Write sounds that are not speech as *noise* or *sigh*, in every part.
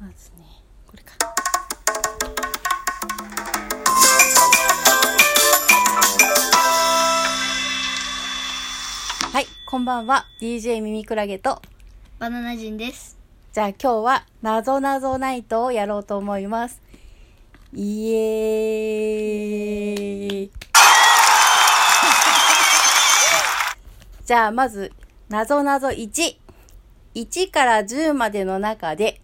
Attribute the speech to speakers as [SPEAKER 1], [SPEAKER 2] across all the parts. [SPEAKER 1] まずねこれかはいこんばんは DJ ミミクラゲと
[SPEAKER 2] バナナ人です。
[SPEAKER 1] じゃあ今日はなぞなぞナイトをやろうと思いますイエーイじゃあまずなぞなぞ11から10までの中で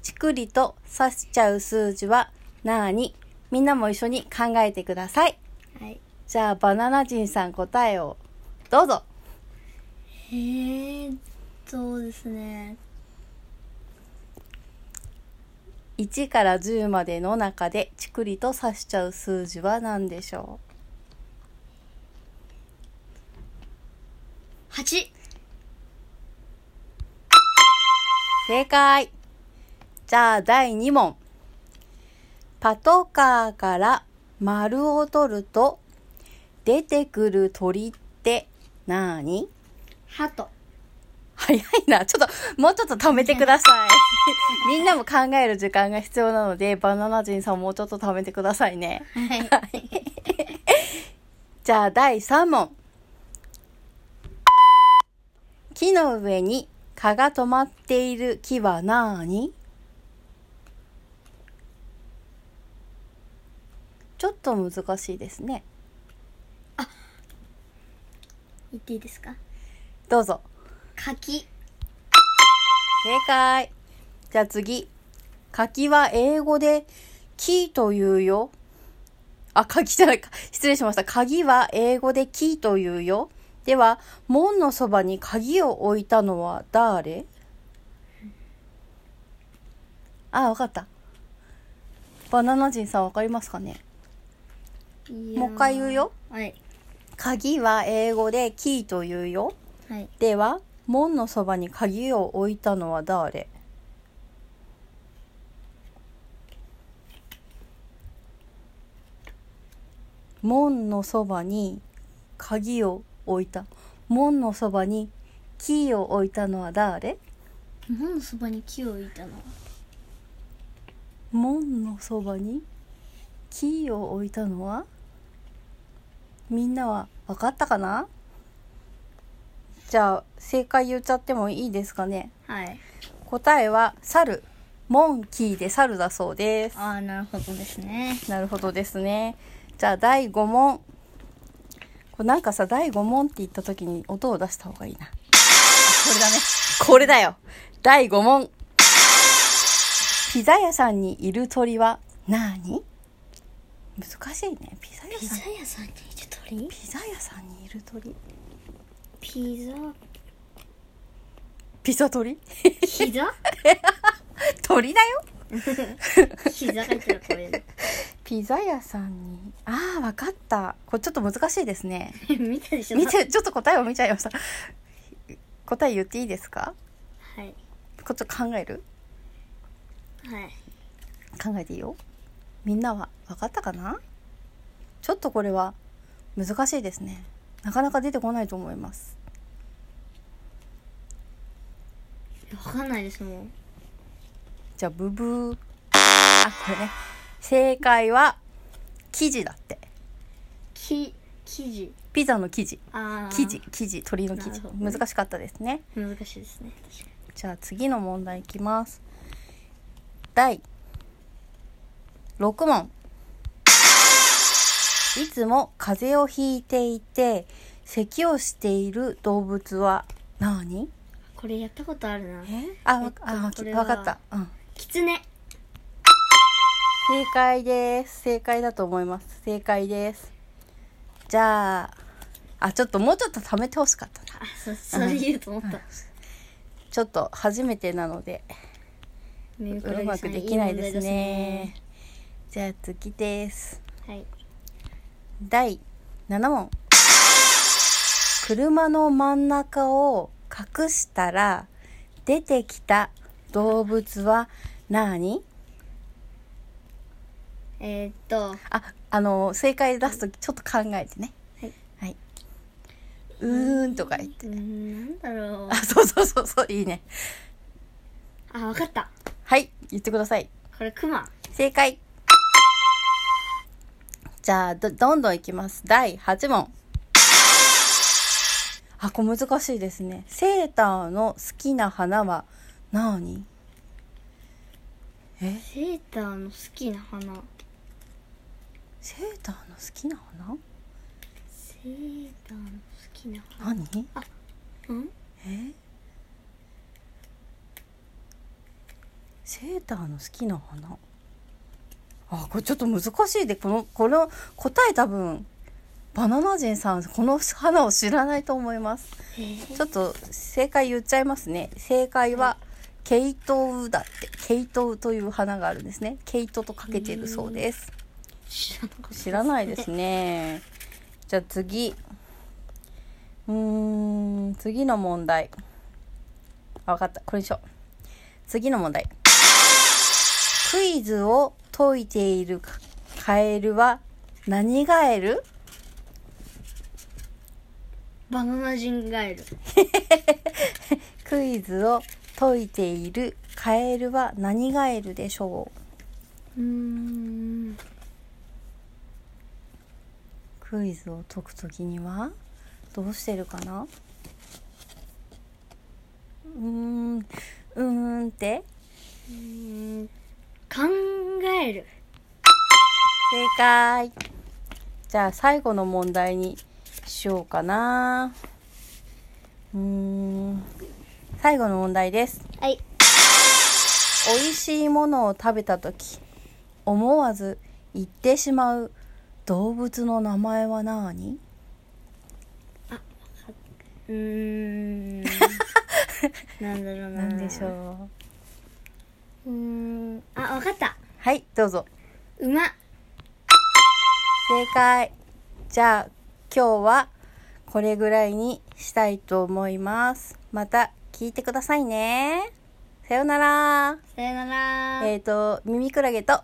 [SPEAKER 1] チクリと刺しちゃう数字は何みんなも一緒に考えてください
[SPEAKER 2] はい。
[SPEAKER 1] じゃあバナナ人さん答えをどうぞ
[SPEAKER 2] えー、そうですね。
[SPEAKER 1] 1から10までの中でチクリと刺しちゃう数字は何でしょう
[SPEAKER 2] 八。
[SPEAKER 1] 正解じゃあ第2問パトカーから丸を取ると出てくる鳥って何
[SPEAKER 2] ハト。
[SPEAKER 1] 早いな。ちょっと、もうちょっと貯めてください。みんなも考える時間が必要なので、バナナ人さんもうちょっと貯めてくださいね。
[SPEAKER 2] はい。
[SPEAKER 1] *laughs* じゃあ第3問。木の上に蚊が止まっている木は何ちょっと難しいですね。
[SPEAKER 2] 言っていいですか。
[SPEAKER 1] どうぞ。
[SPEAKER 2] 柿。
[SPEAKER 1] 正解。じゃあ次。柿は英語で木というよ。あ、柿じゃないか。失礼しました。鍵は英語で木というよ。では、門のそばに鍵を置いたのは誰あ、わかった。バナナ人さんわかりますかねも
[SPEAKER 2] も
[SPEAKER 1] う一回言うよ。
[SPEAKER 2] はい。
[SPEAKER 1] 鍵は英語でキーというよ。
[SPEAKER 2] はい。
[SPEAKER 1] では、門のそばに鍵を置いたのは誰門のそばに鍵を置いた。門のそばにキーを置いたのは誰
[SPEAKER 2] 日本のそばに木を置いたのは。
[SPEAKER 1] 門のそばにキーを置いたのはみんなは分かったかなじゃあ正解言っちゃってもいいですかね
[SPEAKER 2] はい。
[SPEAKER 1] 答えは猿モンキーで猿だそうです
[SPEAKER 2] ああ、なるほどですね。
[SPEAKER 1] なるほどですねじゃあ第5問これなんかさ第5問って言った時に音を出した方がいいなこれだねこれだよ第5問ピザ屋さんにいる鳥は何難しいねピザ屋
[SPEAKER 2] ピ
[SPEAKER 1] さん
[SPEAKER 2] ザ屋さんにいる鳥。
[SPEAKER 1] ピザ屋さんにいる鳥
[SPEAKER 2] ピザ。
[SPEAKER 1] ピザ鳥
[SPEAKER 2] ピザ。
[SPEAKER 1] *laughs* 鳥だよ
[SPEAKER 2] ピザ入ったらこれ。
[SPEAKER 1] ピザ屋さんにああわかったこれちょっと難しいですね
[SPEAKER 2] *laughs* 見たでし
[SPEAKER 1] *laughs*
[SPEAKER 2] ょ
[SPEAKER 1] 見。てちょっと答えを見ちゃいました答え言っていいですか
[SPEAKER 2] はい。
[SPEAKER 1] こっち考える
[SPEAKER 2] はい。
[SPEAKER 1] 考えていいよみんなは分かったかなちょっとこれは難しいですねなかなか出てこないと思います
[SPEAKER 2] わかんないですもん。
[SPEAKER 1] じゃあブブーあこれね正解は生地だって
[SPEAKER 2] き。生地。
[SPEAKER 1] ピザの生地
[SPEAKER 2] ああ。
[SPEAKER 1] 生地。生地鳥の生
[SPEAKER 2] な
[SPEAKER 1] 地
[SPEAKER 2] るほどね
[SPEAKER 1] 難しかったですね
[SPEAKER 2] 難しいですね。確かに。
[SPEAKER 1] じゃあ次の問題いきます。第6問。いつも風邪をひいていて、咳をしている動物は何
[SPEAKER 2] これやったことある
[SPEAKER 1] え
[SPEAKER 2] な。
[SPEAKER 1] あ、わ、あ、わ
[SPEAKER 2] これは
[SPEAKER 1] わかった。うん。
[SPEAKER 2] キツネ。
[SPEAKER 1] 正解です。正解だと思います。正解です。じゃあ、あ、ちょっともうちょっと貯めてほしかったな。
[SPEAKER 2] あ、そ、それ言うと思った。
[SPEAKER 1] ちょっと初めてなので、
[SPEAKER 2] メルカリさ
[SPEAKER 1] うんまくできないです
[SPEAKER 2] いい問題
[SPEAKER 1] ね。じゃあ次です。
[SPEAKER 2] ですねはい。
[SPEAKER 1] 第7問車の真ん中を隠したら出てきた動物は何
[SPEAKER 2] えーっと、
[SPEAKER 1] ああの正解出す時ちょっと考えてね
[SPEAKER 2] はい、
[SPEAKER 1] はい、うーんとか言って
[SPEAKER 2] うーんなんだろう
[SPEAKER 1] あ。そうそうそうそういいね
[SPEAKER 2] あ、わかった。
[SPEAKER 1] はい、言ってください。
[SPEAKER 2] これ、クマ。
[SPEAKER 1] 正解。じゃあ、ど、どんどんいきます。第8問。あ、これ難しいですね。セーターの好きな花は何え
[SPEAKER 2] セーターの好きな花。
[SPEAKER 1] セーターの好きな花
[SPEAKER 2] セーターの好きな
[SPEAKER 1] 何
[SPEAKER 2] 花。ん
[SPEAKER 1] えセーターの好きな花あこれちょっと難しいでこのこの答え多分バナナ人さんこの花を知らないと思います
[SPEAKER 2] えー、
[SPEAKER 1] ちょっと正解言っちゃいますね正解はケイトウだってケイトウという花があるんですねケイトとかけてるそうです
[SPEAKER 2] 知らなかった。
[SPEAKER 1] 知らないですねじゃあ次うーん次の問題あ分かったこれにしよう次の問題クイズを解いているかカエルは何ガエル
[SPEAKER 2] バナナジンガエル。
[SPEAKER 1] クイズを解いているカエルは何ガエルでしょう
[SPEAKER 2] うーん。
[SPEAKER 1] クイズを解くときにはどうしてるかなうーんうーんって
[SPEAKER 2] うーん考える。
[SPEAKER 1] 正解じゃあ最後の問題にしようかなうーん最後の問題です
[SPEAKER 2] はい。
[SPEAKER 1] 美味しいものを食べた時思わず言ってしまう動物の名前は何
[SPEAKER 2] うーん。なんだ
[SPEAKER 1] *laughs*
[SPEAKER 2] ろうな。
[SPEAKER 1] 何でしょう
[SPEAKER 2] う。うーん。あ、わかった。
[SPEAKER 1] はいどうぞ
[SPEAKER 2] 馬。
[SPEAKER 1] 正解じゃあ今日はこれぐらいにしたいと思いますまた聞いてくださいねさようなら
[SPEAKER 2] さよなら。
[SPEAKER 1] えっ、と耳クラゲと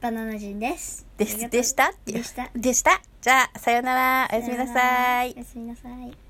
[SPEAKER 2] バナナ人です。
[SPEAKER 1] で
[SPEAKER 2] ありが
[SPEAKER 1] す
[SPEAKER 2] とう
[SPEAKER 1] でしたっていう
[SPEAKER 2] でした
[SPEAKER 1] でしたじゃあさようならおやすみなさい
[SPEAKER 2] おやすみなさい。